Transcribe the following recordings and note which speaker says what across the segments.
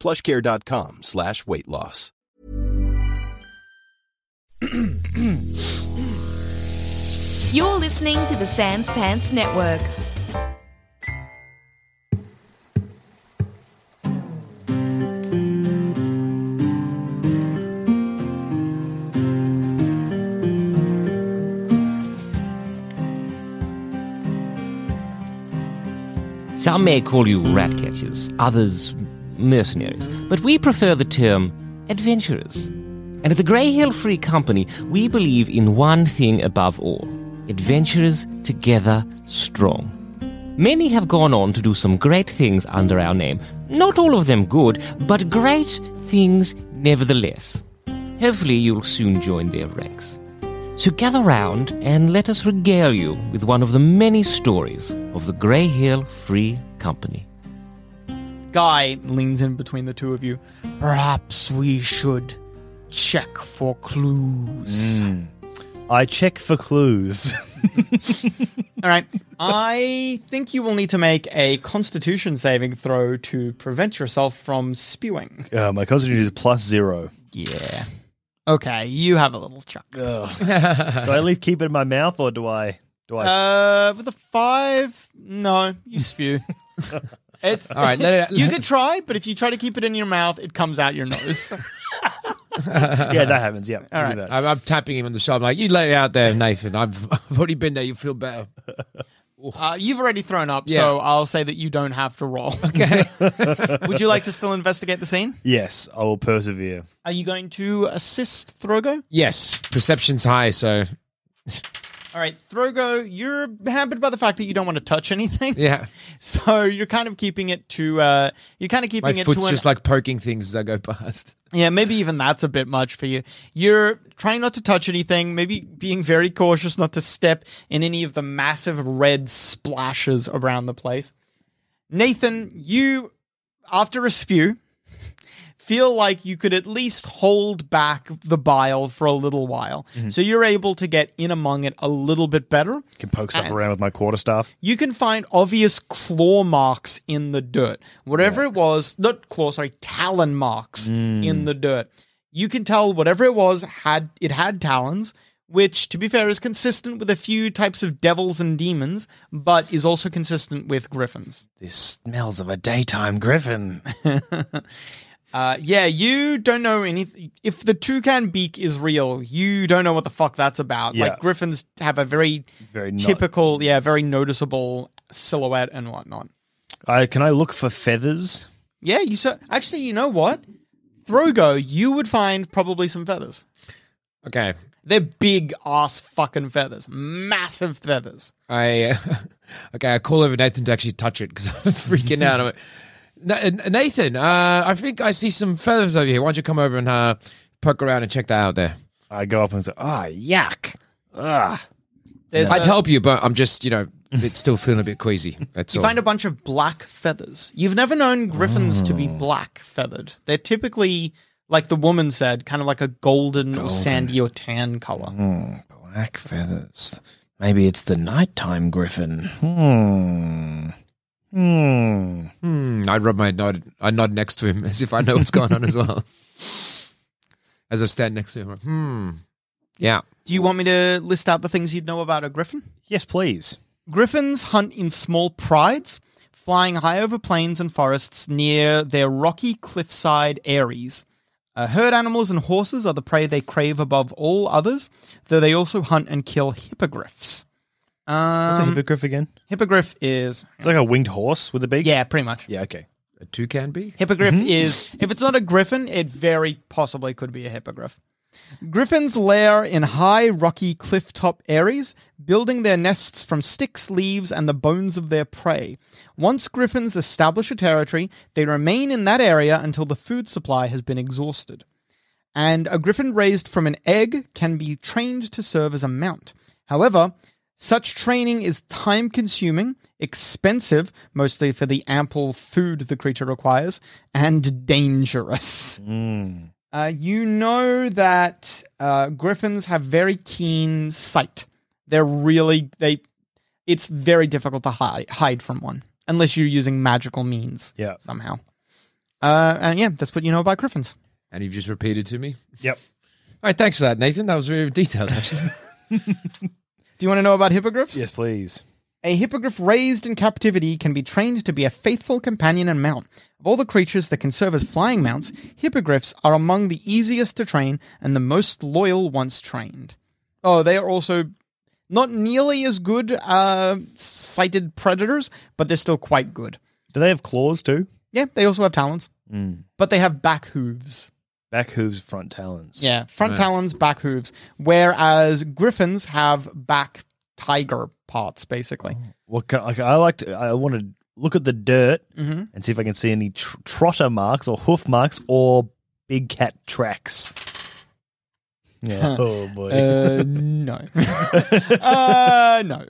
Speaker 1: plushcare.com slash weight loss.
Speaker 2: You're listening to the Sans Pants Network.
Speaker 3: Some may call you rat catchers, others mercenaries, but we prefer the term adventurers. And at the Grey Hill Free Company, we believe in one thing above all adventurers together strong. Many have gone on to do some great things under our name. Not all of them good, but great things nevertheless. Hopefully, you'll soon join their ranks. So gather round and let us regale you with one of the many stories of the Grey Hill Free Company.
Speaker 4: Guy leans in between the two of you. Perhaps we should check for clues.
Speaker 5: I check for clues.
Speaker 4: All right. I think you will need to make a constitution saving throw to prevent yourself from spewing.
Speaker 5: uh, my constitution is plus zero.
Speaker 4: Yeah. Okay, you have a little chuck.
Speaker 5: Do I leave keep it in my mouth or do I? Do I?
Speaker 4: Uh, with a five, no, you spew. it's all
Speaker 6: right, no, no, no.
Speaker 4: you could try, but if you try to keep it in your mouth, it comes out your nose.
Speaker 5: yeah, that happens. Yeah. All
Speaker 4: right.
Speaker 6: I'm, I'm tapping him on the shoulder. I'm like, you let it out there, Nathan. I've, I've already been there. You feel better.
Speaker 4: uh, you've already thrown up,
Speaker 6: Yeah.
Speaker 4: so I'll say that you don't have to roll.
Speaker 6: Okay.
Speaker 4: Would you like to still investigate the scene?
Speaker 5: Yes, I will persevere.
Speaker 4: Are you going to assist Throgo?
Speaker 6: yes. Perception's high, so
Speaker 4: All right, Throgo, you're hampered by the fact that you don't want to touch anything.
Speaker 6: yeah.
Speaker 4: So you're kind of keeping it to uh you're kind of keeping
Speaker 6: My
Speaker 4: it
Speaker 6: foot's
Speaker 4: to an
Speaker 6: just like poking things as I go past.
Speaker 4: Yeah, maybe even that's a bit much for you. You're trying not to touch anything, maybe being very cautious not to step in any of the massive red splashes around the place. Nathan, you, after a spew, feel like you could at least hold back the bile for a little while. So you're able to get in among it a little bit better
Speaker 5: Can poke stuff around with my quarterstaff.
Speaker 4: you can find obvious claw marks in the dirt. Whatever it was, not claw, sorry, talon marks
Speaker 5: Mm.
Speaker 4: in the dirt. You can tell whatever it was had it had talons, which to be fair is consistent with a few types of devils and demons, but is also consistent with griffins.
Speaker 5: This smells of a daytime griffin.
Speaker 4: Uh, yeah, you don't know anything. If the toucan beak is real, you don't know what the fuck that's about.
Speaker 5: Yeah.
Speaker 4: Like griffins have a very,
Speaker 5: Very not-
Speaker 4: typical, yeah, very noticeable silhouette and whatnot.
Speaker 5: I, can I look for feathers?
Speaker 4: Yeah, you so actually, you know what? Throgo, you would find probably some feathers.
Speaker 6: Okay.
Speaker 4: They're big ass fucking feathers, massive feathers.
Speaker 6: I okay. I call over Nathan to actually touch it because I'm freaking out. I'm like, "Na- Nathan, uh, I think I see some feathers over here. Why don't you come over and uh, poke around and check that out there?
Speaker 5: I go up and say, "Ah, yuck! Ah,
Speaker 4: There's
Speaker 6: I'd
Speaker 4: a-
Speaker 6: help you, but I'm just you know it's still feeling a bit queasy. That's
Speaker 4: You
Speaker 6: all.
Speaker 4: find a bunch of black feathers. You've never known griffins to be black feathered. They're typically, like the woman said, kind of like a golden, or sandy or tan color.
Speaker 5: Hmm, black feathers. Maybe it's the nighttime griffin. Hmm. Hmm.
Speaker 6: Hmm, I rub my nod. I nod next to him as if I know what's going on as well. As I stand next to him, I'm like, hmm. Yeah.
Speaker 4: Do you want me to list out the things you'd know about a griffin?
Speaker 5: Yes, please.
Speaker 4: Griffins hunt in small prides, flying high over plains and forests near their rocky cliffside areas. Uh, herd animals and horses are the prey they crave above all others, though they also hunt and kill hippogriffs.
Speaker 7: What's a
Speaker 4: Um,
Speaker 7: hippogriff again?
Speaker 4: hippogriff is
Speaker 7: It's like a winged horse with a beak.
Speaker 4: yeah, pretty much.
Speaker 7: Yeah. Okay.
Speaker 6: A toucan bee?
Speaker 4: Hippogriff is Mm-hmm. if it's not a griffin, it very possibly could be a hippogriff. Griffins lair in high rocky cliff top areas, building their nests from sticks, leaves, and the bones of their prey. Once griffins establish a territory, they remain in that area until the food supply has been exhausted. And a griffin raised from an egg can be trained to serve as a mount. However, such training is time consuming, expensive, mostly for the ample food the creature requires, and dangerous. Uh, you know that uh, griffins have very keen sight. They're really they. It's very difficult to hide hide from one unless you're using magical means.
Speaker 7: Yeah.
Speaker 4: somehow. Uh, and yeah, that's what you know about griffins.
Speaker 6: And you've just repeated to me.
Speaker 7: Yep.
Speaker 6: All right, thanks for that, Nathan. That was very detailed, actually.
Speaker 4: Do you want to know about hippogriffs?
Speaker 7: Yes, please.
Speaker 4: A hippogriff raised in captivity can be trained to be a faithful companion and mount. Of all the creatures that can serve as flying mounts, hippogriffs are among the easiest to train and the most loyal once trained. Oh, they are also not nearly as good uh, sighted predators, but they're still quite good.
Speaker 7: Do they have claws too?
Speaker 4: Yeah, they also have talons, but they have back hooves.
Speaker 7: Mm. Back hooves, front talons.
Speaker 4: Yeah, front talons, back hooves, whereas griffins have back tiger parts, basically.
Speaker 7: What kind? Like, I like to. I want to look at the dirt and see if I can see any tr- trotter marks or hoof marks or big cat tracks. Yeah. oh boy.
Speaker 4: Uh, no. uh, no.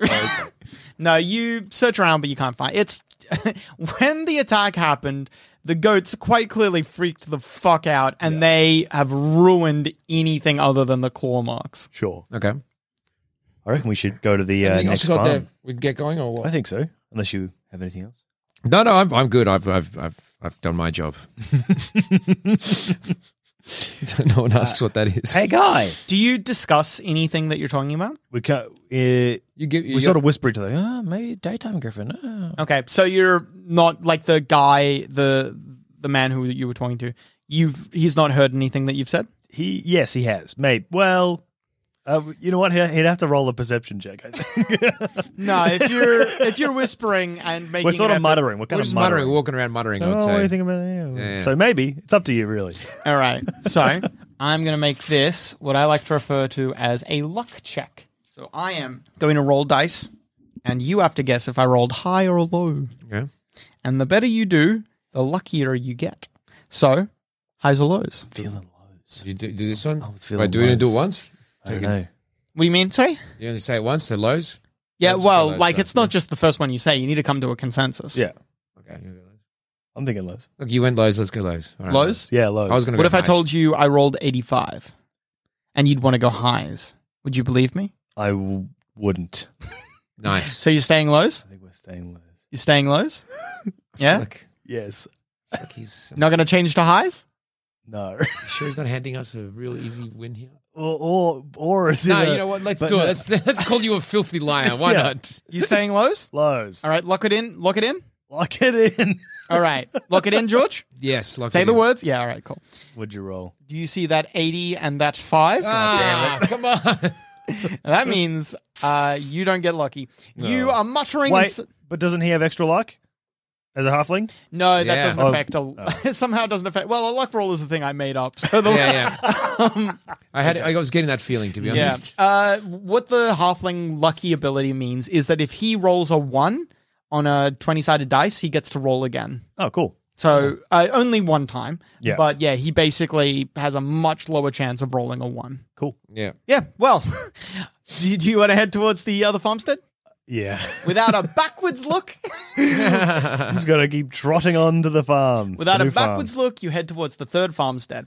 Speaker 4: no, you search around, but you can't find it's. when the attack happened, the goats quite clearly freaked the fuck out, and they have ruined anything other than the claw marks.
Speaker 7: sure.
Speaker 6: okay.
Speaker 7: I reckon we should go to the uh,
Speaker 6: Anything
Speaker 7: next
Speaker 6: else you got
Speaker 7: farm.
Speaker 6: there? We can get going or
Speaker 7: I
Speaker 6: what?
Speaker 7: think so. Unless you have anything else.
Speaker 6: No, no, I'm, I'm good. I've, I've, I've, I've done my job. no one asks what that is.
Speaker 7: Uh, Hey, guy.
Speaker 4: Do you discuss anything that you're talking about?
Speaker 7: We can Uh,
Speaker 6: you give, you
Speaker 7: we sort of whisper each other. Oh, maybe daytime griffin. Oh.
Speaker 4: Okay, so you're not like the guy, the the man who you were talking to. You've he's not heard anything that you've said.
Speaker 7: He yes, he has. Mate, well, uh, you know what? He'd he'd have to roll a perception check. I think.
Speaker 4: No, if you're if you're whispering and making
Speaker 7: We're sort
Speaker 4: an
Speaker 7: of
Speaker 4: effort-
Speaker 7: muttering. We're kind
Speaker 6: we're
Speaker 7: of
Speaker 6: just muttering,
Speaker 7: muttering.
Speaker 6: walking around muttering, I'd
Speaker 7: oh,
Speaker 6: say.
Speaker 7: what do you think about that?
Speaker 6: yeah.
Speaker 7: So maybe it's up to you, really.
Speaker 4: All right. So I'm going to make this what I like to refer to as a luck check. So I am going to roll dice, and you have to guess if I rolled high or low.
Speaker 6: Okay.
Speaker 4: And the better you do, the luckier you get. So highs or lows?
Speaker 7: Feeling lows.
Speaker 6: You do, do this one?
Speaker 7: was feeling
Speaker 6: Wait, do we need to do it
Speaker 7: lows.
Speaker 6: once?
Speaker 7: I don't know.
Speaker 4: What do you mean? Sorry?
Speaker 6: You only say it once, so lows?
Speaker 4: Yeah,
Speaker 6: That's
Speaker 4: well,
Speaker 6: lows,
Speaker 4: like
Speaker 6: yeah.
Speaker 4: it's not just the first one you say. You need to come to a consensus.
Speaker 7: Yeah,
Speaker 6: Okay. you go lows.
Speaker 7: I'm thinking lows.
Speaker 6: Look, you went lows. Let's go lows. All right,
Speaker 4: Lows?
Speaker 7: Yeah, lows.
Speaker 6: I was going to
Speaker 4: What if I told you I rolled 85 and you'd want to go highs? Would you believe me?
Speaker 7: I w- wouldn't.
Speaker 6: Nice.
Speaker 4: So you're staying lows?
Speaker 7: I think we're staying lows.
Speaker 4: You're staying lows? Yeah?
Speaker 6: Look,
Speaker 7: Yes.
Speaker 6: look, he's I'm
Speaker 4: Not going to change to highs?
Speaker 7: No.
Speaker 6: sure he's not handing us a real easy win here.
Speaker 7: or or, or is
Speaker 6: No,
Speaker 7: it a-
Speaker 6: you know what? Let's
Speaker 7: but
Speaker 6: do it.
Speaker 7: no.
Speaker 6: Let's, let's call you a filthy liar. Why
Speaker 7: Yeah.
Speaker 6: not?
Speaker 4: You saying lows?
Speaker 7: Lows.
Speaker 4: All right, lock it in. Lock it in.
Speaker 7: Lock it in.
Speaker 4: All right, lock it in, George.
Speaker 6: Yes. Lock
Speaker 4: Say
Speaker 6: it
Speaker 4: the
Speaker 6: in.
Speaker 4: words. Yeah. All right. Cool.
Speaker 7: Would you roll?
Speaker 4: Do you see that eighty and that five?
Speaker 6: Ah, come on.
Speaker 4: That means uh, you don't get lucky. You are muttering. and
Speaker 7: Wait,
Speaker 4: s-
Speaker 7: but doesn't he have extra luck as a halfling?
Speaker 4: no, that
Speaker 6: Yeah.
Speaker 4: doesn't
Speaker 7: Oh.
Speaker 4: affect. A, somehow it doesn't affect. Well, a luck roll is a thing I made up. So the Um,
Speaker 6: yeah, yeah. I had. I was getting that feeling to be
Speaker 4: Yeah.
Speaker 6: honest.
Speaker 4: Uh, what the halfling lucky ability means is that if he rolls a one on a twenty-sided dice, he gets to roll again.
Speaker 7: Oh, cool.
Speaker 4: So uh, only one time.
Speaker 7: Yeah.
Speaker 4: But yeah, he basically has a much lower chance of rolling a one.
Speaker 7: Cool.
Speaker 6: Yeah.
Speaker 4: Yeah. Well, do, you- do you want to head towards the other farmstead
Speaker 7: Yeah.
Speaker 4: without a backwards look?
Speaker 7: He's got to keep trotting on to the farm.
Speaker 4: Without
Speaker 7: the
Speaker 4: a
Speaker 7: new farm.
Speaker 4: backwards look, you head towards the third farmstead.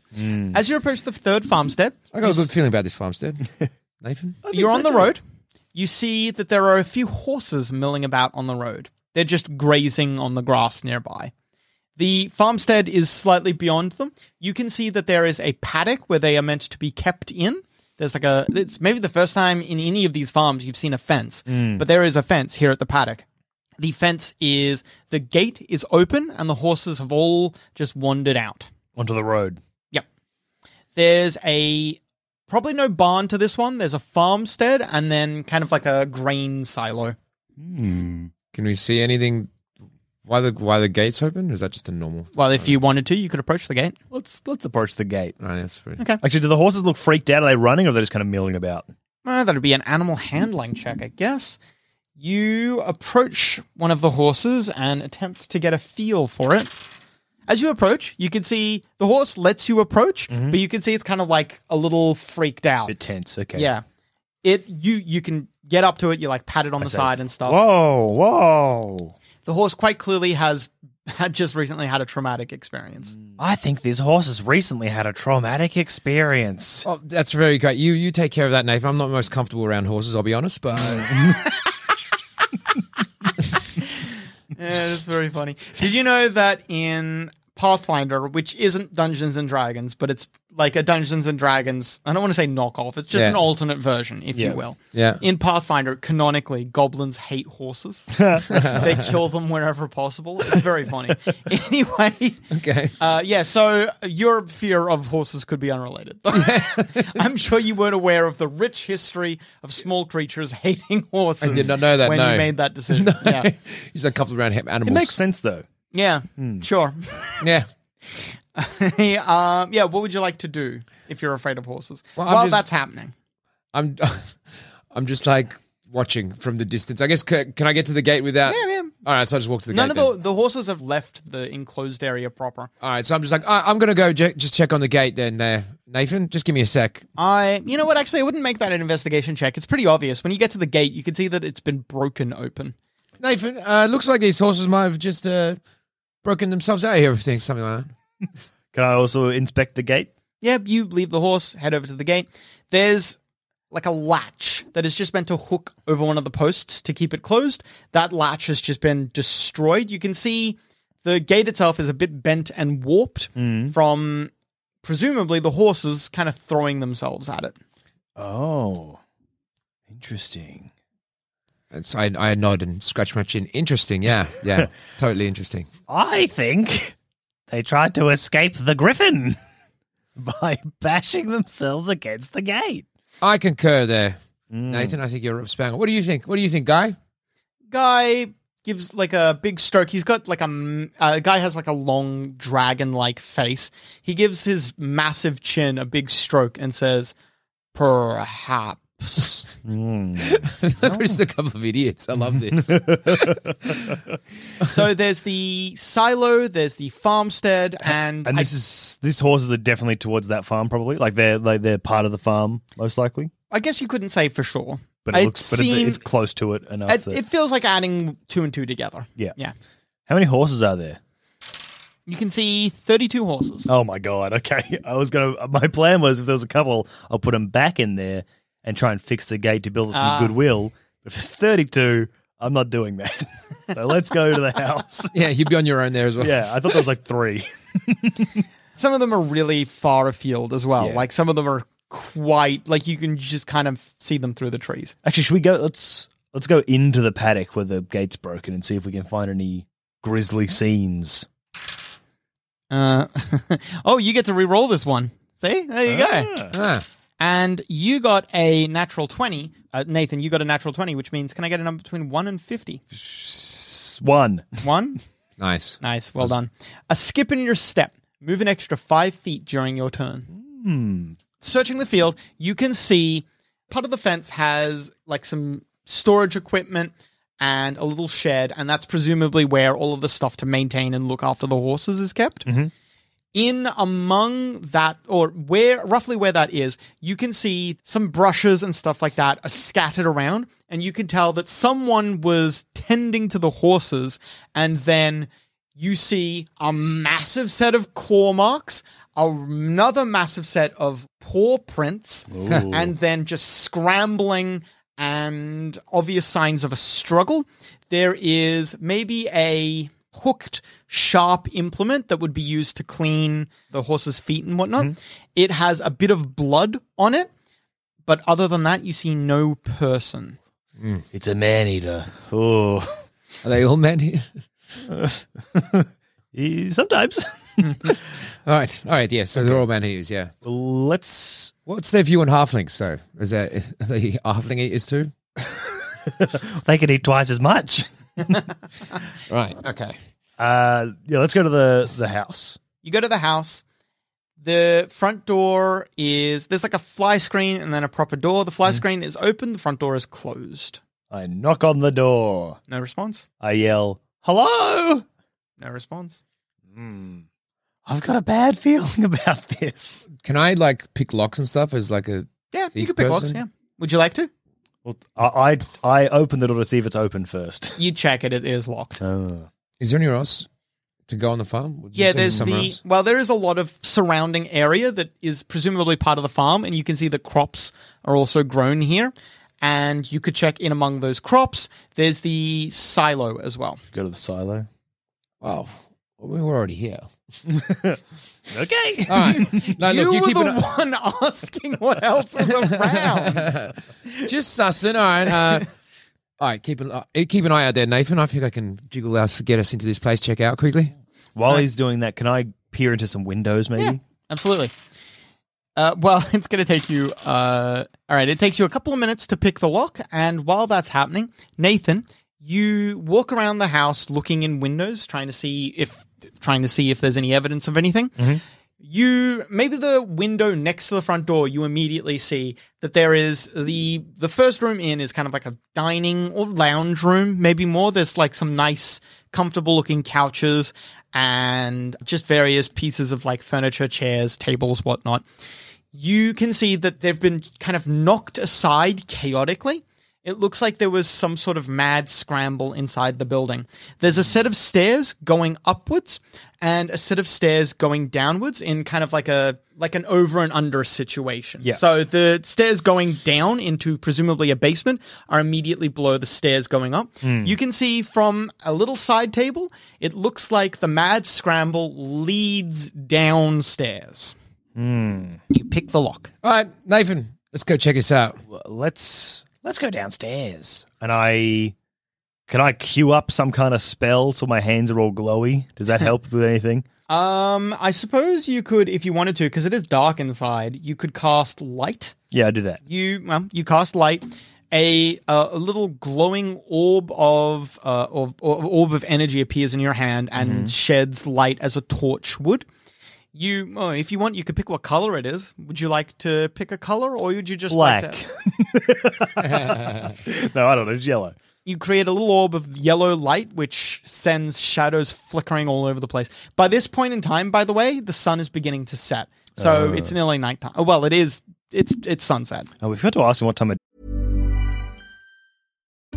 Speaker 4: As you approach the third farmstead,
Speaker 6: I got a good feeling about this farmstead. Nathan,
Speaker 4: you're on the road. You see that there are a few horses milling about on the road. They're just grazing on the grass nearby. The farmstead is slightly beyond them. You can see that there is a paddock where they are meant to be kept in. There's like a, it's maybe the first time in any of these farms you've seen a fence, but there is a fence here at the paddock. The fence is, the gate is open and the horses have all just wandered out.
Speaker 7: onto the road.
Speaker 4: Yep. There's a probably no barn to this one. There's a farmstead and then kind of like a grain silo.
Speaker 6: Can we see anything? Why the why the gates open? Or is that just a normal?
Speaker 4: Well, if you wanted to, you could approach the gate.
Speaker 5: Let's let's approach the gate.
Speaker 6: Oh, that's pretty.
Speaker 4: Okay.
Speaker 5: Actually, do the horses look freaked out? Are they running or are they just kind of milling about?
Speaker 4: Uh, that'd be an animal handling check, I guess. You approach one of the horses and attempt to get a feel for it. As you approach, you can see the horse lets you approach, but you can see it's kind of like a little freaked out.
Speaker 5: bit tense. Okay.
Speaker 4: Yeah. It you you can get up to it, you like pat it on the side and stuff.
Speaker 5: Whoa, whoa.
Speaker 4: The horse quite clearly has had just recently had a traumatic experience.
Speaker 6: Mm.
Speaker 5: I think this horse has recently had a traumatic experience.
Speaker 6: Oh, that's very great. You you take care of that, Nathan. I'm not the most comfortable around horses. I'll be honest, but
Speaker 4: Yeah, that's very funny. Did you know that in Pathfinder, which isn't Dungeons and Dragons, but it's like a Dungeons and Dragons, I don't want to say knockoff, it's just
Speaker 6: Yeah.
Speaker 4: an alternate version, if you will.
Speaker 6: Yeah.
Speaker 4: In Pathfinder, canonically, goblins hate horses. they kill them wherever possible. It's very funny. anyway,
Speaker 6: okay.
Speaker 4: uh, yeah, so your fear of horses could be unrelated. I'm sure you weren't aware of the rich history of small creatures hating horses.
Speaker 6: I did not know that,
Speaker 4: when
Speaker 6: no.
Speaker 4: you made that decision. Yeah.
Speaker 6: He's uncomfortable around ha-
Speaker 5: It
Speaker 6: animals.
Speaker 5: makes sense though.
Speaker 4: Yeah,
Speaker 6: Hmm.
Speaker 4: sure.
Speaker 6: Yeah.
Speaker 4: um, yeah, what would you like to do if you're afraid of horses?
Speaker 6: Well, I'm
Speaker 4: While
Speaker 6: just-
Speaker 4: that's happening,
Speaker 6: I'm I'm just like watching from the distance. I guess can, can I get to the gate without?
Speaker 4: Yeah, yeah.
Speaker 6: All right, so I just walk to the
Speaker 4: none
Speaker 6: gate.
Speaker 4: of
Speaker 6: then.
Speaker 4: the, the horses have left the enclosed area proper.
Speaker 6: All right, so I'm just like I, I'm gonna go j- just check on the gate then. There, Nathan, just give me a sec.
Speaker 4: I, you know what? Actually, I wouldn't make that an investigation check. It's pretty obvious. When you get to the gate, you can see that it's been broken open.
Speaker 6: Nathan, uh, looks like these horses might have just uh, broken themselves out here. Everything, something like that.
Speaker 5: Can I also inspect the gate?
Speaker 4: Yeah, you leave the horse, head over to the gate. There's like a latch that is just meant to hook over one of the posts to keep it closed. That latch has just been destroyed. You can see the gate itself is a bit bent and warped from presumably the horses kind of throwing themselves at it.
Speaker 5: Oh. Interesting.
Speaker 6: And so I, I nod and scratch my chin. Interesting, yeah, yeah, totally interesting.
Speaker 5: I think they tried to escape the griffin by bashing themselves against the gate.
Speaker 6: I concur there,
Speaker 4: Mm.
Speaker 6: Nathan. I think you're spang. on. What do you think? What do you think, guy?
Speaker 4: Guy gives like a big stroke. He's got like a m- uh, guy has like a long dragon-like face. He gives his massive chin a big stroke and says, "Perhaps."
Speaker 6: Look, we're just a couple of idiots. I love this.
Speaker 4: So there's the silo, there's the farmstead, and,
Speaker 5: And
Speaker 4: I-
Speaker 5: this is these horses are definitely towards that farm, probably. Like they're like they're part of the farm, most likely.
Speaker 4: I, guess you couldn't say for sure.
Speaker 5: But it
Speaker 4: It
Speaker 5: looks, but it,
Speaker 4: seem-
Speaker 5: it's close to it enough.
Speaker 4: It,
Speaker 5: that-
Speaker 4: it feels like adding two and two together.
Speaker 5: Yeah.
Speaker 4: yeah.
Speaker 5: how many horses are there?
Speaker 4: You can see 32 horses.
Speaker 5: Oh my god! Okay, I was gonna. My plan was if there was a couple, I'll put them back in there and try and fix the gate to build it from
Speaker 4: Ah.
Speaker 5: goodwill. But if it's thirty-two, I'm not doing that. so let's go to the house.
Speaker 6: yeah, you'd be on your own there as well.
Speaker 5: Yeah, I thought there was like three.
Speaker 4: Some of them are really far afield as well.
Speaker 5: Yeah.
Speaker 4: Like some of them are quite like you can just kind of see them through the trees.
Speaker 5: Actually, should we go? Let's let's go into the paddock where the gate's broken and see if we can find any grisly scenes.
Speaker 4: Uh, oh, you get to re-roll this one. See, there you go.
Speaker 6: Ah,
Speaker 4: And you got a natural 20. Uh, Nathan, you got a natural 20, which means can I get a number between 1 and 50?
Speaker 5: S- One.
Speaker 4: One?
Speaker 6: nice.
Speaker 4: Nice. Well done. A skip in your step. Move an extra five feet during your turn. Searching the field, you can see part of the fence has like some storage equipment and a little shed, and that's presumably where all of the stuff to maintain and look after the horses is kept. In among that, or where roughly where that is, you can see some brushes and stuff like that are scattered around, and you can tell that someone was tending to the horses, and then you see a massive set of claw marks, another massive set of paw prints, and then just scrambling and obvious signs of a struggle. There is maybe a hooked, sharp implement that would be used to clean the horse's feet and whatnot. It has a bit of blood on it, but other than that, you see no person.
Speaker 5: It's a man eater. Oh,
Speaker 6: Are they all men here?
Speaker 5: sometimes.
Speaker 6: All right, all right, yeah. So they're all Manus, yeah.
Speaker 5: Well, let's.
Speaker 6: What's their view on halflings? So is that is- are they halfling eaters too?
Speaker 5: They can eat twice as much.
Speaker 6: Right. Okay.
Speaker 5: Uh, yeah, let's go to the the house.
Speaker 4: You go to the house. The front door is there's like a fly screen and then a proper door. The fly screen is open. The front door is closed.
Speaker 5: I knock on the door.
Speaker 4: No response.
Speaker 5: I yell, "Hello!"
Speaker 4: No response.
Speaker 5: Hmm. I've got a bad feeling about this.
Speaker 6: Can I like pick locks and stuff as like a?
Speaker 4: Yeah, you
Speaker 6: Each
Speaker 4: could pick locks.
Speaker 6: person?
Speaker 4: Yeah. Would you like to?
Speaker 5: Well, I I, I open the door to see if it's open first.
Speaker 4: You check it. It is locked.
Speaker 5: Oh.
Speaker 6: Is there anywhere else to go on the farm? Would you
Speaker 4: Yeah,
Speaker 6: say
Speaker 4: there's the
Speaker 6: somewhere else?
Speaker 4: well, there is a lot of surrounding area that is presumably part of the farm, and you can see the crops are also grown here. And you could check in among those crops. There's the silo as well.
Speaker 5: Go to the silo.
Speaker 6: Wow. We were already here.
Speaker 5: Okay.
Speaker 6: All right.
Speaker 4: you
Speaker 6: No, Uh, look, you
Speaker 4: were
Speaker 6: keep
Speaker 4: the
Speaker 6: it. up.
Speaker 4: one asking what else was around.
Speaker 6: Just sussing. All right. Uh, all right. Keep an uh, keep an eye out there, Nathan. I think I can jiggle us, get us into this place. Check out quickly.
Speaker 5: While he's doing that, can I peer into some windows, maybe?
Speaker 4: Yeah, absolutely. Uh, well, it's going to take you. Uh, all right, it takes you a couple of minutes to pick the lock, and while that's happening, Nathan, you walk around the house looking in windows, trying to see if trying to see if there's any evidence of anything. You maybe the window next to the front door. You immediately see that there is the the first room in is kind of like a dining or lounge room, maybe more. There's like some nice, comfortable looking couches and just various pieces of like furniture, chairs, tables, whatnot. You can see that they've been kind of knocked aside chaotically. It looks like there was some sort of mad scramble inside the building. There's a set of stairs going upwards and a set of stairs going downwards in kind of like a like an over and under situation.
Speaker 5: Yeah.
Speaker 4: So the stairs going down into presumably a basement are immediately below the stairs going up. You can see from a little side table, it looks like the mad scramble leads downstairs. You pick the lock.
Speaker 6: All right, Nathan. Let's go check this out.
Speaker 5: Well, Let's let's go downstairs. And I can I queue up some kind of spell so my hands are all glowy? Does that help with anything?
Speaker 4: Um, I suppose you could, if you wanted to, because it is dark inside. You could cast light.
Speaker 5: Yeah, I do that.
Speaker 4: You well, you cast light. A uh, a little glowing orb of uh, or, or orb of energy appears in your hand and sheds light as a torch would. You, oh, if you want, you could pick what color it is. Would you like to pick a color, or would you just Like
Speaker 5: Black.
Speaker 4: to,
Speaker 5: no, I don't know. It's yellow.
Speaker 4: you create a little orb of yellow light which sends shadows flickering all over the place. By this point in time, by the way, the sun is beginning to set. So it's nearly nighttime. Oh, well, it is. It's it's sunset.
Speaker 5: Oh, we forgot to ask him what time of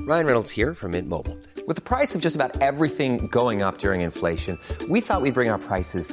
Speaker 8: Ryan Reynolds here from Mint Mobile. With the price of just about everything going up during inflation, we thought we'd bring our prices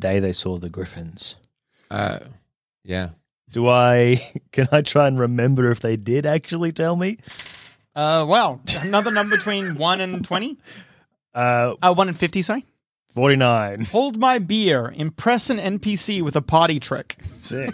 Speaker 5: day they saw the griffins.
Speaker 6: Uh, yeah.
Speaker 5: Do I can I try and remember if they did actually tell me?
Speaker 4: Uh, well, another number between one and twenty.
Speaker 5: Uh
Speaker 4: Uh, one and fifty. Sorry.
Speaker 5: 49.
Speaker 4: Hold my beer. Impress an NPC with a party trick.
Speaker 5: Sick.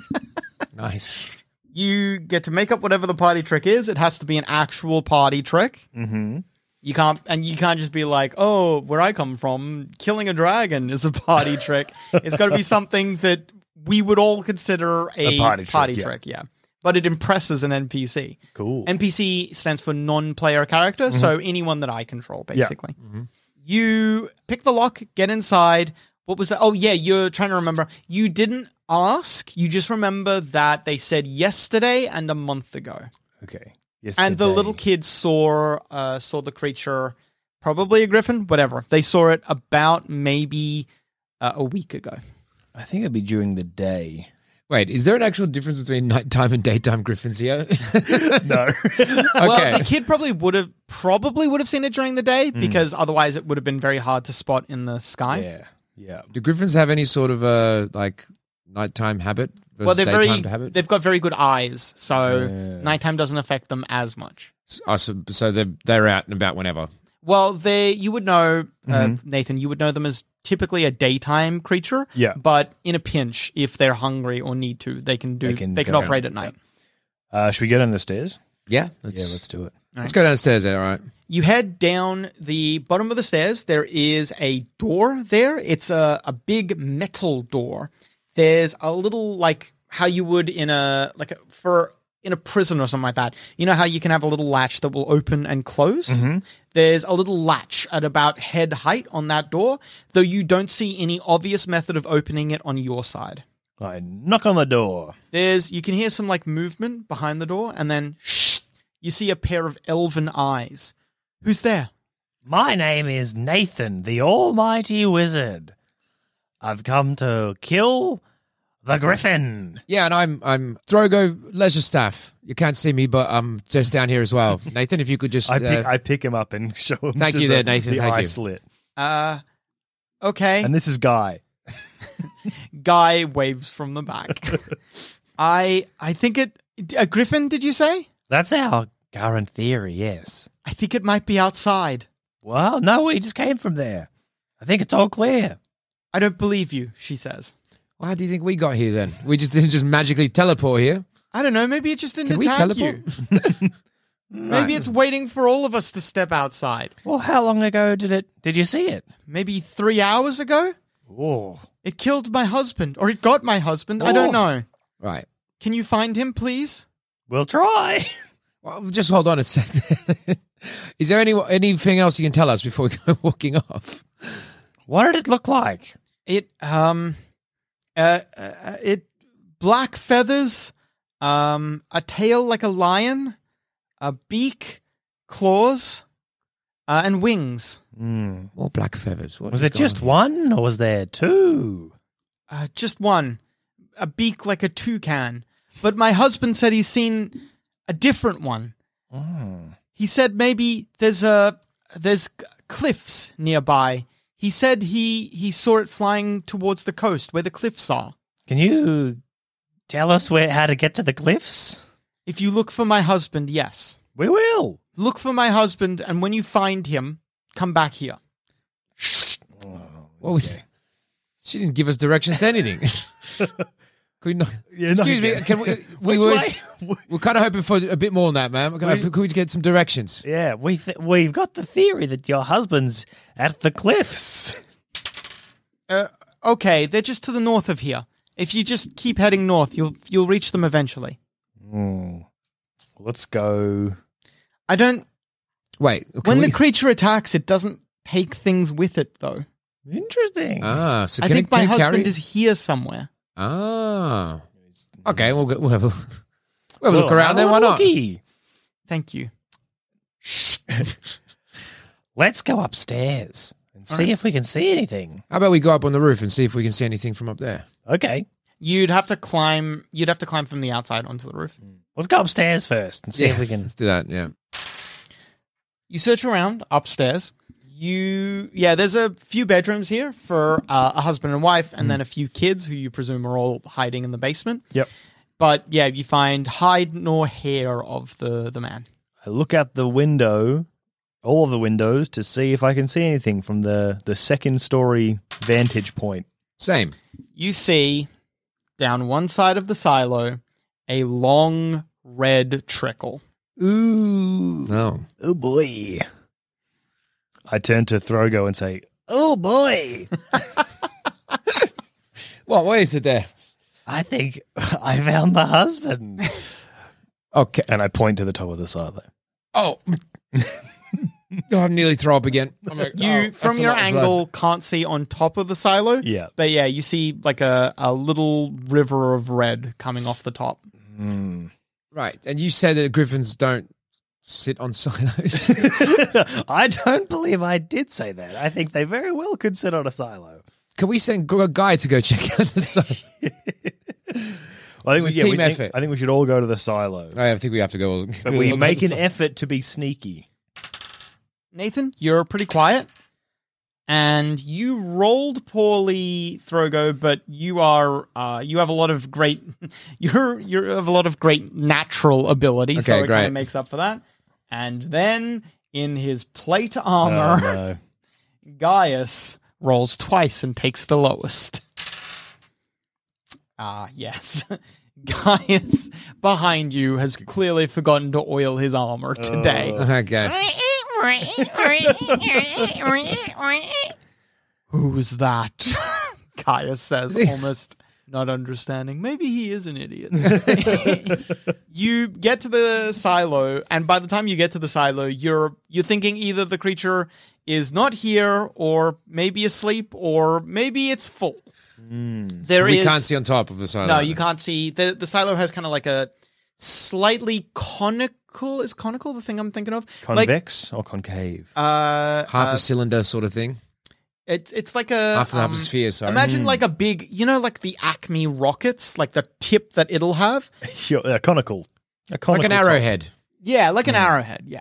Speaker 6: Nice.
Speaker 4: You get to make up whatever the party trick is. It has to be an actual party trick.
Speaker 5: mm-hmm.
Speaker 4: You can't, and you can't just be like, "Oh, where I come from, killing a dragon is a party trick." It's got to be something that we would all consider a,
Speaker 5: A party
Speaker 4: party,
Speaker 5: trick,
Speaker 4: trick,
Speaker 5: yeah.
Speaker 4: yeah. But it impresses an NPC.
Speaker 5: Cool.
Speaker 4: NPC stands for non-player character, so anyone that I control, basically. You pick the lock, get inside. Well, What was that? Oh, yeah, you're trying to remember. You didn't ask. You just remember that they said yesterday and a month ago.
Speaker 5: Okay.
Speaker 4: And the little kid saw uh, saw the creature, probably a griffin, whatever. They saw it about maybe uh, a week ago.
Speaker 5: I think it'd be during the day.
Speaker 6: Wait, is there an actual difference between nighttime and daytime griffins here?
Speaker 5: no.
Speaker 4: Well, the kid probably would have probably would have seen it during the day
Speaker 6: Mm.
Speaker 4: because otherwise it would have been very hard to spot in the sky.
Speaker 5: Yeah. Yeah.
Speaker 6: Do griffins have any sort of uh, like nighttime habit versus
Speaker 4: Well, they're
Speaker 6: daytime
Speaker 4: very
Speaker 6: habit?
Speaker 4: they've got very good eyes, so nighttime doesn't affect them as much.
Speaker 6: Oh, so, so they're they're out and about whenever.
Speaker 4: Well, they you would know uh,
Speaker 6: Mhm.
Speaker 4: Nathan, you would know them as typically a daytime creature.
Speaker 5: Yeah.
Speaker 4: But in a pinch, if they're hungry or need to, they can do they can,
Speaker 5: go.
Speaker 4: operate at night.
Speaker 5: Uh, should we go down the stairs?
Speaker 6: Yeah.
Speaker 5: yeah, let's do it.
Speaker 6: Let's go downstairs. All right.
Speaker 4: You head down the bottom of the stairs. There is a door there. It's a, a big metal door. There's a little like how you would in a like a, for in a prison or something like that. You know how you can have a little latch that will open and close. There's a little latch at about head height on that door, though you don't see any obvious method of opening it on your side.
Speaker 5: I knock on the door.
Speaker 4: There's you can hear some like movement behind the door, and then shh, you see a pair of elven eyes. Who's there?
Speaker 5: My name is Nathan, the Almighty Wizard. I've come to kill the Griffin.
Speaker 6: Yeah, and I'm I'm Throgo Leisure Staff. You can't see me, but I'm just down here as well. Nathan, if you could just
Speaker 5: I pick,
Speaker 6: uh,
Speaker 5: I pick him up and show him.
Speaker 6: Thank
Speaker 5: to
Speaker 6: you
Speaker 5: the,
Speaker 6: there, Nathan,
Speaker 5: The
Speaker 6: thank
Speaker 5: eye
Speaker 6: you.
Speaker 5: slit.
Speaker 4: Uh, okay.
Speaker 5: And this is Guy.
Speaker 4: guy waves from the back. I I think it a griffin. Did you say?
Speaker 5: That's our current theory. Yes.
Speaker 4: I think it might be outside.
Speaker 5: Well, no, he just came from there. I think it's all clear.
Speaker 4: I don't believe you. She says.
Speaker 6: Well, how do you think we got here then? We just didn't just magically teleport here.
Speaker 4: I don't know. Maybe it just didn't
Speaker 6: Can we
Speaker 4: attack
Speaker 6: teleport?
Speaker 4: you. Maybe it's waiting for all of us to step outside.
Speaker 5: Well, how long ago did it? Did you see it?
Speaker 4: Maybe three hours ago,
Speaker 5: Oh,
Speaker 4: it killed my husband, or it got my husband. I
Speaker 6: Oh.
Speaker 4: don't know.
Speaker 6: Right.
Speaker 4: Can you find him, please?
Speaker 5: we'll try.
Speaker 6: Well, just hold on a sec. Is there any anything else you can tell us before we go walking off?
Speaker 5: What did it look like?
Speaker 4: It um, uh, uh it black feathers, um, a tail like a lion, a beak, claws, uh, and wings.
Speaker 5: Hmm.
Speaker 6: More black feathers. What
Speaker 5: Was
Speaker 6: is
Speaker 5: it
Speaker 6: going
Speaker 5: just
Speaker 6: on?
Speaker 5: one, or was there two?
Speaker 4: Uh, just one, a beak like a toucan. But my husband said he's seen a different one.
Speaker 5: Mm.
Speaker 4: He said maybe there's a there's c- cliffs nearby. He said he he saw it flying towards the coast where the cliffs are.
Speaker 5: Can you tell us where how to get to the cliffs?
Speaker 4: If you look for my husband, yes.
Speaker 5: We will.
Speaker 4: Look for my husband, and when you find him, come back here.
Speaker 6: What was She didn't give us directions to anything. Could we not-
Speaker 5: Yeah, no,
Speaker 6: excuse me.
Speaker 5: yeah.
Speaker 6: Can we? We
Speaker 5: Which
Speaker 6: were.
Speaker 5: way?
Speaker 6: We're kind of hoping for a bit more on that, man. We're kind of, could we get some directions?
Speaker 5: Yeah, we th- we've got the theory that your husband's at the cliffs.
Speaker 4: Uh, okay, they're just to the north of here. If you just keep heading north, you'll you'll reach them eventually.
Speaker 5: Let's go.
Speaker 4: I don't.
Speaker 6: Wait. can
Speaker 4: when
Speaker 6: we-
Speaker 4: the creature attacks, it doesn't take things with it, though.
Speaker 5: Interesting.
Speaker 6: ah, so
Speaker 4: I
Speaker 6: can
Speaker 4: think
Speaker 6: it,
Speaker 4: my
Speaker 6: can it
Speaker 4: husband
Speaker 6: carry?
Speaker 4: is here somewhere.
Speaker 6: Ah. Okay, we'll, go, we'll have a, we'll have a
Speaker 5: Well,
Speaker 6: look around then. Why not?
Speaker 5: looky.
Speaker 4: Thank you.
Speaker 5: Let's go upstairs and see if we can see anything.
Speaker 6: How about we go up on the roof and see if we can see anything from up there?
Speaker 5: Okay,
Speaker 4: You'd have to climb. You'd have to climb from the outside onto the roof.
Speaker 6: Mm.
Speaker 5: let's go upstairs first and see if we can.
Speaker 6: Let's do that. Yeah.
Speaker 4: You search around upstairs. You yeah, there's a few bedrooms here for uh, a husband and wife,
Speaker 6: Mm.
Speaker 4: and then a few kids who you presume are all hiding in the basement.
Speaker 5: Yep.
Speaker 4: But yeah, you find hide nor hair of the the man.
Speaker 5: I look out the window, all of the windows, to see if I can see anything from the the second story vantage point.
Speaker 6: Same.
Speaker 4: You see down one side of the silo a long red trickle.
Speaker 5: Ooh,
Speaker 6: No.
Speaker 5: oh boy! I turn to Throgo and say, "Oh boy,
Speaker 6: What? Why is it there?
Speaker 5: I think I found the husband."
Speaker 6: Okay.
Speaker 5: and I point to the top of the silo.
Speaker 6: Oh. Oh, I'm nearly throw up again. I'm like,
Speaker 4: You from
Speaker 6: oh, that's a
Speaker 4: your
Speaker 6: lot of
Speaker 4: angle
Speaker 6: blood.
Speaker 4: can't see on top of the silo.
Speaker 5: Yeah.
Speaker 4: But yeah, you see like a, a little river of red coming off the top.
Speaker 6: Right. And you said that griffins don't sit on silos.
Speaker 5: I don't believe I did say that. I think they very well could sit on a silo.
Speaker 6: Can we send a guy to go check out the silo?
Speaker 5: I
Speaker 6: It's
Speaker 5: think,
Speaker 6: a
Speaker 5: we, yeah, we
Speaker 6: team
Speaker 5: think-
Speaker 6: effort.
Speaker 5: I think we should all go to the silo.
Speaker 6: Oh, I think we have to go.
Speaker 5: But we
Speaker 6: look at
Speaker 5: make
Speaker 6: the
Speaker 5: an
Speaker 6: silo.
Speaker 5: effort to be sneaky.
Speaker 4: Nathan, you're pretty quiet. And you rolled poorly, Throgo, but you are uh, you have a lot of great you're you have a lot of great natural ability, so
Speaker 6: Okay,
Speaker 4: it kind
Speaker 6: great.
Speaker 4: of makes up for that. And then in his plate
Speaker 6: Oh,
Speaker 4: armor,
Speaker 5: Uh, no.
Speaker 4: Gaius rolls twice and takes the lowest. Ah, yes. Gaius behind you has clearly forgotten to oil his armor today.
Speaker 6: Oh. Okay.
Speaker 4: Who's that? Caius says, almost not understanding. Maybe he is an idiot. you get to the silo, and by the time you get to the silo, you're you're thinking either the creature is not here, or maybe asleep, or maybe it's full. There
Speaker 6: Hmm. we
Speaker 4: is-
Speaker 6: can't see on top of the silo.
Speaker 4: No, you can't see the the silo has kind of like a slightly conical. Is conical the thing I'm thinking of? Like,
Speaker 5: Convex or concave?
Speaker 4: uh,
Speaker 6: Half
Speaker 4: uh,
Speaker 6: a cylinder sort of thing.
Speaker 4: It's it's like a um,
Speaker 6: Half and half a sphere, sorry. Hmm.
Speaker 4: Imagine like a big, you know, like the Acme rockets, like the tip that it'll have.
Speaker 5: Sure, a conical. A
Speaker 6: Like
Speaker 5: conical
Speaker 6: an
Speaker 5: top.
Speaker 6: arrowhead.
Speaker 4: Yeah, like
Speaker 6: Hmm.
Speaker 4: an arrowhead. Yeah,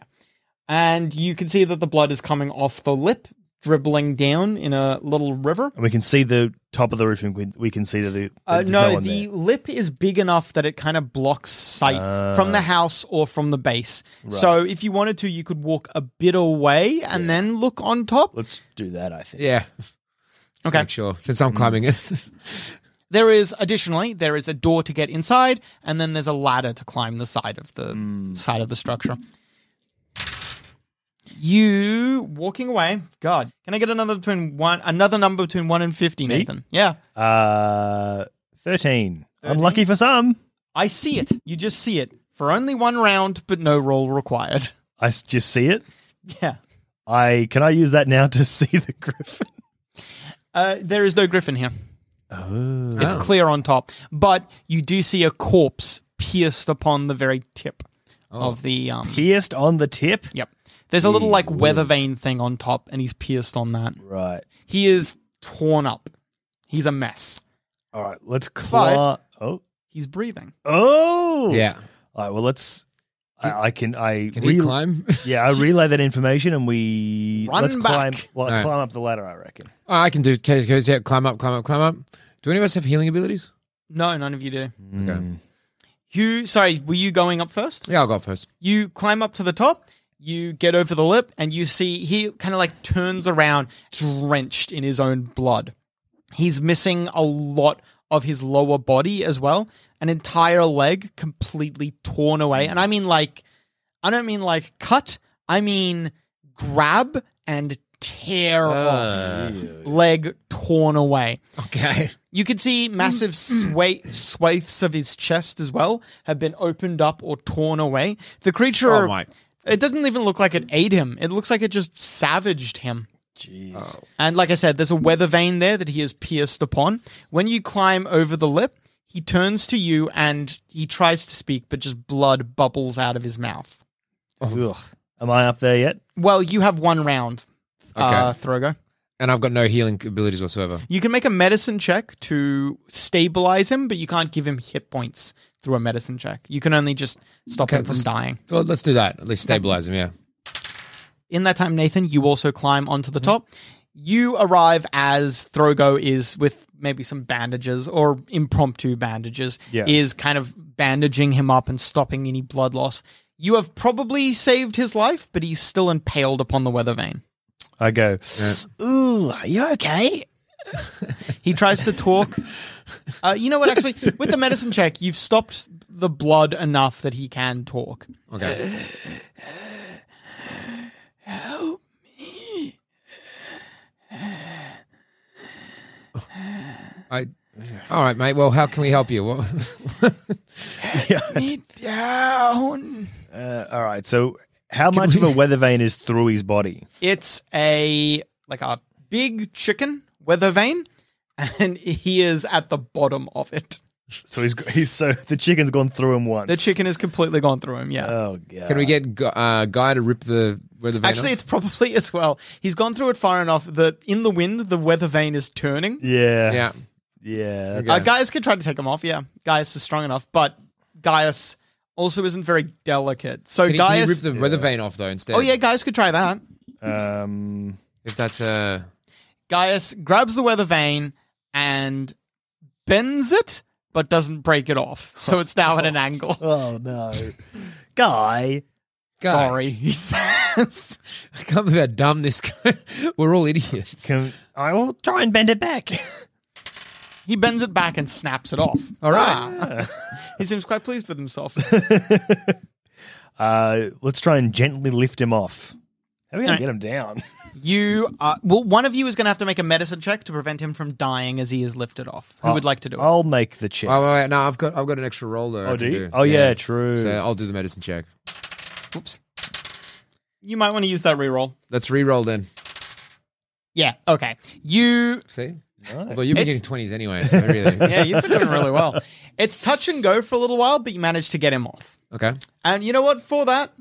Speaker 4: and you can see that the blood is coming off the lip, dribbling down in a little river.
Speaker 5: And we can see the top of the roof and we, we can see that the,
Speaker 4: Uh,
Speaker 5: there's no,
Speaker 4: no,
Speaker 5: one
Speaker 4: the
Speaker 5: there.
Speaker 4: lip is big enough that it kind of blocks sight from
Speaker 6: Ah.
Speaker 4: the house or from the base. So if you wanted to, you could walk a bit away and then look on top.
Speaker 5: Let's do that, I think.
Speaker 6: Yeah.
Speaker 4: Okay. Mm.
Speaker 6: Make sure. Since I'm climbing it.
Speaker 4: There is additionally there is a door to get inside, and then there's a ladder to climb the side of the side of the structure. You walking away. God, can I get another between one another number between one and fifty, Nathan? Yeah,
Speaker 5: Uh, 13. Unlucky for some.
Speaker 4: I see it. You just see it for only one round, but no roll required.
Speaker 5: I s- just see it.
Speaker 4: Yeah.
Speaker 5: I Can I use that now to see the griffin?
Speaker 4: Uh, there is no griffin here.
Speaker 5: Oh.
Speaker 4: It's clear on top, but you do see a corpse pierced upon the very tip of the um,
Speaker 5: Pierced on the tip.
Speaker 4: Yep. There's a little like weather vane thing on top, and he's pierced on that.
Speaker 5: Right.
Speaker 4: He is torn up. He's a mess.
Speaker 5: All right. Let's claw. Oh.
Speaker 4: He's breathing.
Speaker 5: Oh.
Speaker 6: yeah.
Speaker 5: All right. Well, let's. I, I can. I
Speaker 6: Can
Speaker 5: rel-
Speaker 6: you climb?
Speaker 5: Yeah, I relay that information and we
Speaker 4: Run
Speaker 5: let's climb.
Speaker 4: back.
Speaker 5: Well,
Speaker 6: Alright.
Speaker 5: climb up the ladder. I reckon.
Speaker 6: Oh, I can do. Can, can, yeah, climb up, climb up, climb up. Do any of us have healing abilities?
Speaker 4: No, none of you do. Mm.
Speaker 6: Okay.
Speaker 4: You sorry, were you going up first?
Speaker 6: Yeah, I'll go up first.
Speaker 4: You climb up to the top. You get over the lip, and you see he kind of like turns around, drenched in his own blood. He's missing a lot of his lower body as well. An entire leg completely torn away, and I mean like I don't mean like cut. I mean grab and tear off. Leg torn away.
Speaker 6: Okay.
Speaker 4: You could see massive
Speaker 6: Mm.
Speaker 4: sway- swathes of his chest as well have been opened up or torn away. The creature,
Speaker 6: Oh, my.
Speaker 4: it doesn't even look like it ate him. It looks like it just savaged him. Oh.
Speaker 5: Jeez.
Speaker 4: And like I said, there's a weather vane there that he is pierced upon. When you climb over the lip, he turns to you and he tries to speak, but just blood bubbles out of his mouth.
Speaker 6: Oh.
Speaker 5: Ugh. Am I up there yet?
Speaker 4: Well, you have one round, uh,
Speaker 6: Okay.
Speaker 4: Throgo.
Speaker 6: And I've got no healing abilities whatsoever.
Speaker 4: You can make a medicine check to stabilize him, but you can't give him hit points through a medicine check. You can only just stop
Speaker 6: Okay,
Speaker 4: him from
Speaker 6: let's-
Speaker 4: dying.
Speaker 6: Well, let's do that. At least stabilize him. Yeah.
Speaker 4: In that time, Nathan, you also climb onto the top. You arrive as Throgo is with maybe some bandages or impromptu bandages,
Speaker 5: Yeah.
Speaker 4: is kind of bandaging him up and stopping any blood loss. You have probably saved his life, but he's still impaled upon the weather vane.
Speaker 5: I go. Ooh, are you okay?
Speaker 4: He tries to talk. Uh, you know what? Actually, with the medicine check, you've stopped the blood enough that he can talk.
Speaker 6: Okay. I. All right, mate. Well, how can we help you? What?
Speaker 4: Me down.
Speaker 5: Uh, all right. So, How much of a weather vane is through his body?
Speaker 4: It's a like a big chicken weather vane, and he is at the bottom of it.
Speaker 5: So he's he's so the chicken's gone through him once.
Speaker 4: The chicken has completely gone through him. Yeah.
Speaker 6: Uh,
Speaker 5: Oh god.
Speaker 6: Can we get Gu- uh, Guy to rip the where the vein
Speaker 4: Actually,
Speaker 6: off?
Speaker 4: it's probably as well. He's gone through it far enough that in the wind, the weather vane is turning.
Speaker 5: Yeah.
Speaker 6: yeah.
Speaker 5: Yeah.
Speaker 6: Okay.
Speaker 4: Uh, Gaius could try to take him off. Yeah, Gaius is strong enough, but Gaius also isn't very delicate. So
Speaker 6: Can he, can he
Speaker 4: Gaius,
Speaker 6: rip the weather vein off though instead?
Speaker 4: oh yeah, Gaius could try that.
Speaker 5: Um.
Speaker 6: if that's uh
Speaker 4: Gaius grabs the weather vane and bends it, but doesn't break it off. So it's now at an angle.
Speaker 5: Oh no, guy.
Speaker 6: Guy,
Speaker 4: Sorry, he says.
Speaker 6: I can't believe how dumb this guy. We're all idiots.
Speaker 5: Can I will try and bend it back?
Speaker 4: He bends it back and snaps it off.
Speaker 6: All right.
Speaker 4: Ah. he seems quite pleased with himself.
Speaker 5: uh, let's try and gently lift him off. How are we gonna get him down?
Speaker 4: You are, well, one of you is going to have to make a medicine check to prevent him from dying as he is lifted off. Who would like to do it?
Speaker 5: I'll make the check.
Speaker 6: Oh wait, wait, no, I've got I've got an extra roll though. I
Speaker 5: Oh, do
Speaker 6: can
Speaker 5: you? Oh, yeah, true.
Speaker 6: So I'll do the medicine check. Oops.
Speaker 4: You might want to use that reroll.
Speaker 6: Let's re-roll then.
Speaker 4: Yeah. Okay. You.
Speaker 6: See? Although you've been
Speaker 4: It's-
Speaker 6: getting twenties anyway, so really.
Speaker 4: Yeah, you've been doing really well. It's touch and go for a little while, but you managed to get him off.
Speaker 6: Okay.
Speaker 4: And you know what? For that,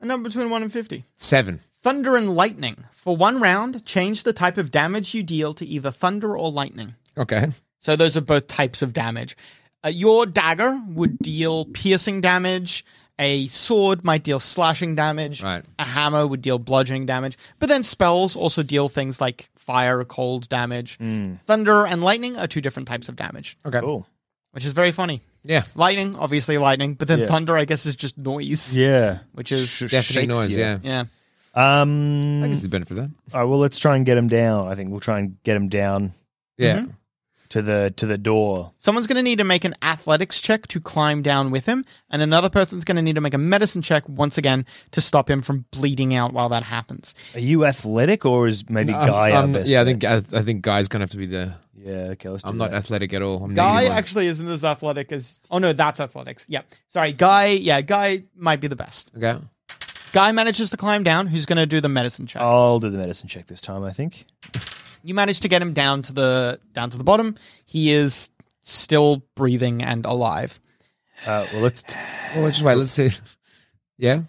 Speaker 4: a number between one and fifty.
Speaker 6: Seven.
Speaker 4: Thunder and lightning. For one round, change the type of damage you deal to either thunder or lightning.
Speaker 6: Okay.
Speaker 4: So those are both types of damage. Uh, your dagger would deal piercing damage. A sword might deal slashing damage.
Speaker 6: Right.
Speaker 4: A hammer would deal bludgeoning damage. But then spells also deal things like fire or cold damage. Thunder and lightning are two different types of damage,
Speaker 6: Okay.
Speaker 5: Cool.
Speaker 4: which is very funny.
Speaker 6: Yeah.
Speaker 4: Lightning, obviously lightning, but then
Speaker 5: Yeah.
Speaker 4: thunder, I guess, is just noise.
Speaker 5: Yeah.
Speaker 4: Which is
Speaker 6: Deafening noise, yeah.
Speaker 4: yeah.
Speaker 6: I
Speaker 4: Mm.
Speaker 6: think
Speaker 5: Um.
Speaker 6: it's the benefit of that.
Speaker 5: All right. Well, let's try and get him down. I think we'll try and get him down
Speaker 6: Yeah.
Speaker 5: Mm-hmm. to the to the door.
Speaker 4: Someone's going to need to make an athletics check to climb down with him, and another person's going to need to make a medicine check once again to stop him from bleeding out while that happens.
Speaker 5: Are you athletic, or is maybe Guy our
Speaker 6: I'm-
Speaker 5: best?
Speaker 6: Um, yeah, I think I, I think Guy's gonna have to be the
Speaker 5: Yeah. Okay. Let's do
Speaker 6: I'm not
Speaker 5: that.
Speaker 6: athletic at all. I'm
Speaker 4: Guy
Speaker 6: negative one.
Speaker 4: actually isn't as athletic as. Oh no, that's athletics. Yep. Sorry, Guy. Yeah, Guy might be the best.
Speaker 6: Okay.
Speaker 4: Guy manages to climb down. Who's going to do the medicine check?
Speaker 5: I'll do the medicine check this time. I think.
Speaker 4: You manage to get him down to the down to the bottom. He is still breathing and alive.
Speaker 5: Uh, well, let's t-
Speaker 6: Well, let's just wait. Let's see. Yeah.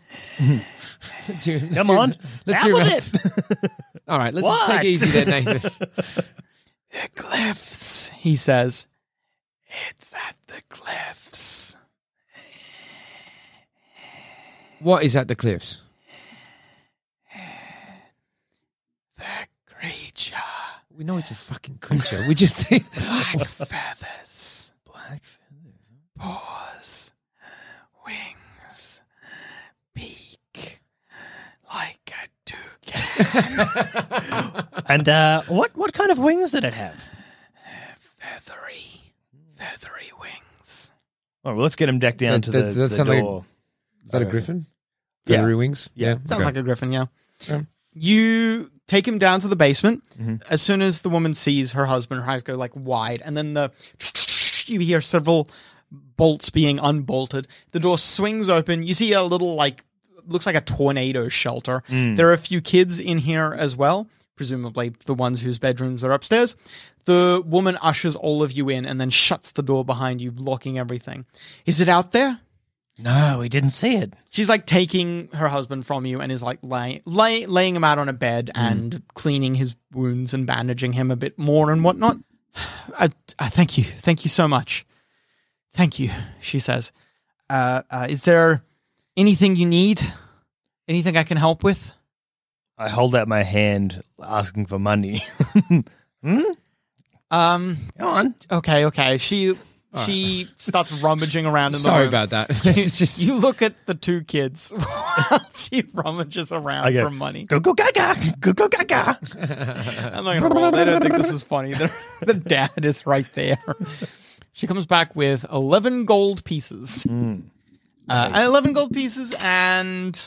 Speaker 6: let's hear. Let's
Speaker 5: Come
Speaker 6: hear,
Speaker 5: on.
Speaker 6: Let's
Speaker 5: Out
Speaker 6: hear
Speaker 5: with
Speaker 6: All right. Let's just take
Speaker 5: What?
Speaker 6: it easy there, Nathan.
Speaker 4: cliffs, he says. It's at the cliffs.
Speaker 6: what is at the cliffs?
Speaker 4: The creature.
Speaker 6: We know it's a fucking creature. We just think.
Speaker 4: Black feathers. Black feathers. Paws. Wings. Beak. Like a toucan.
Speaker 5: and uh, what what kind of wings did it have?
Speaker 4: Feathery. Feathery wings.
Speaker 5: Oh, well, let's get him decked down
Speaker 6: That-
Speaker 5: to
Speaker 6: that-
Speaker 5: the,
Speaker 6: that
Speaker 5: the
Speaker 6: sounds like-
Speaker 5: door.
Speaker 6: Is that a griffin?
Speaker 5: Yeah.
Speaker 6: Feathery wings.
Speaker 5: Yeah.
Speaker 4: Sounds
Speaker 6: okay.
Speaker 4: like a griffin, yeah.
Speaker 6: Yeah. Mm-hmm.
Speaker 4: You take him down to the basement. As soon as the woman sees her husband, her eyes go like wide, and then the you hear several bolts being unbolted. The door swings open. You see a little like looks like a tornado shelter.
Speaker 6: Mm.
Speaker 4: There are a few kids in here as well, presumably the ones whose bedrooms are upstairs. The woman ushers all of you in and then shuts the door behind you, locking everything. Is it out there?
Speaker 5: No, we didn't see it.
Speaker 4: She's like taking her husband from you and is like lay, lay, laying him out on a bed
Speaker 6: Mm.
Speaker 4: and cleaning his wounds and bandaging him a bit more and whatnot. I, I thank you. Thank you so much. Thank you, she says. Uh, uh, is there anything you need? Anything I can help with?
Speaker 5: I hold out my hand, asking for money.
Speaker 4: Um,
Speaker 5: Go on.
Speaker 4: okay, okay. She she starts rummaging around in the
Speaker 6: Sorry
Speaker 4: room.
Speaker 6: about that.
Speaker 4: You,
Speaker 6: It's just-
Speaker 4: you look at the two kids while she rummages around
Speaker 5: I go,
Speaker 4: for money.
Speaker 5: Go go gaga, go go gaga.
Speaker 4: I'm not gonna roll. They don't think this is funny. They're- the dad is right there. She comes back with eleven gold pieces,
Speaker 5: Hmm.
Speaker 4: uh, eleven gold pieces, and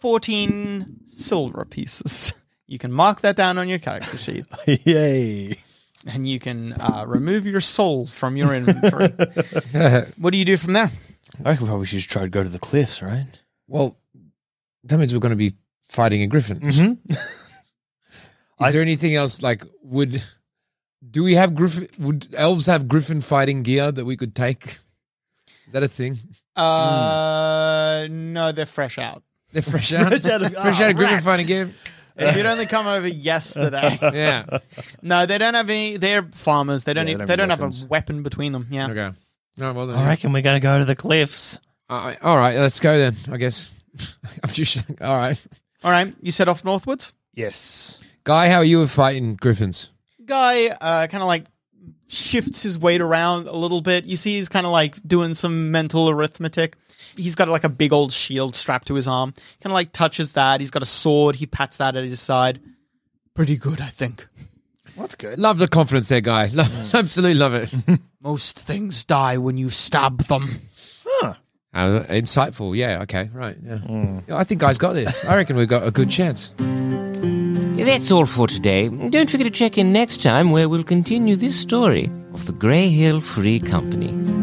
Speaker 4: fourteen silver pieces. You can mark that down on your character sheet,
Speaker 5: Yay!
Speaker 4: and you can uh, remove your soul from your inventory. what do you do from there?
Speaker 5: I reckon we probably should just try to go to the cliffs, right?
Speaker 6: well, that means we're going to be fighting a griffin.
Speaker 5: Mm-hmm.
Speaker 6: Is there anything else? Like, would do we have griffin? Would elves have griffin fighting gear that we could take? Is that a thing?
Speaker 5: Hmm.
Speaker 4: Uh, no, they're fresh out.
Speaker 6: They're fresh out.
Speaker 5: Fresh out of-
Speaker 6: fresh out
Speaker 5: ah,
Speaker 6: of oh, griffin
Speaker 5: rats.
Speaker 6: fighting gear.
Speaker 4: If you'd only come over yesterday.
Speaker 6: Yeah.
Speaker 4: No, they don't have any. They're farmers. They don't.
Speaker 5: Yeah,
Speaker 4: e-
Speaker 5: they don't
Speaker 4: they
Speaker 5: have
Speaker 4: don't have
Speaker 5: weapons.
Speaker 4: a weapon between them. Yeah.
Speaker 6: Okay. All right. Well then.
Speaker 5: I reckon we're going to go to the cliffs.
Speaker 6: Uh, all right. Let's go then. I guess. I'm just. All right.
Speaker 4: All right. You set off northwards.
Speaker 5: Yes.
Speaker 6: Guy, how are you with fighting griffins?
Speaker 4: Guy uh, kind of like shifts his weight around a little bit. You see, he's kind of like doing some mental arithmetic. He's got like a big old shield strapped to his arm. Kind of like touches that. He's got a sword. He pats that at his side. Pretty good, I think.
Speaker 5: That's good.
Speaker 6: Love the confidence there, guy. Love, Absolutely love it.
Speaker 4: Most things die when you stab them.
Speaker 6: Uh, insightful. Yeah. Okay. Right. Yeah. Yeah, I think guys got this. I reckon we've got a good chance.
Speaker 3: That's all for today. Don't forget to check in next time where we'll continue this story of the Grey Hill Free Company.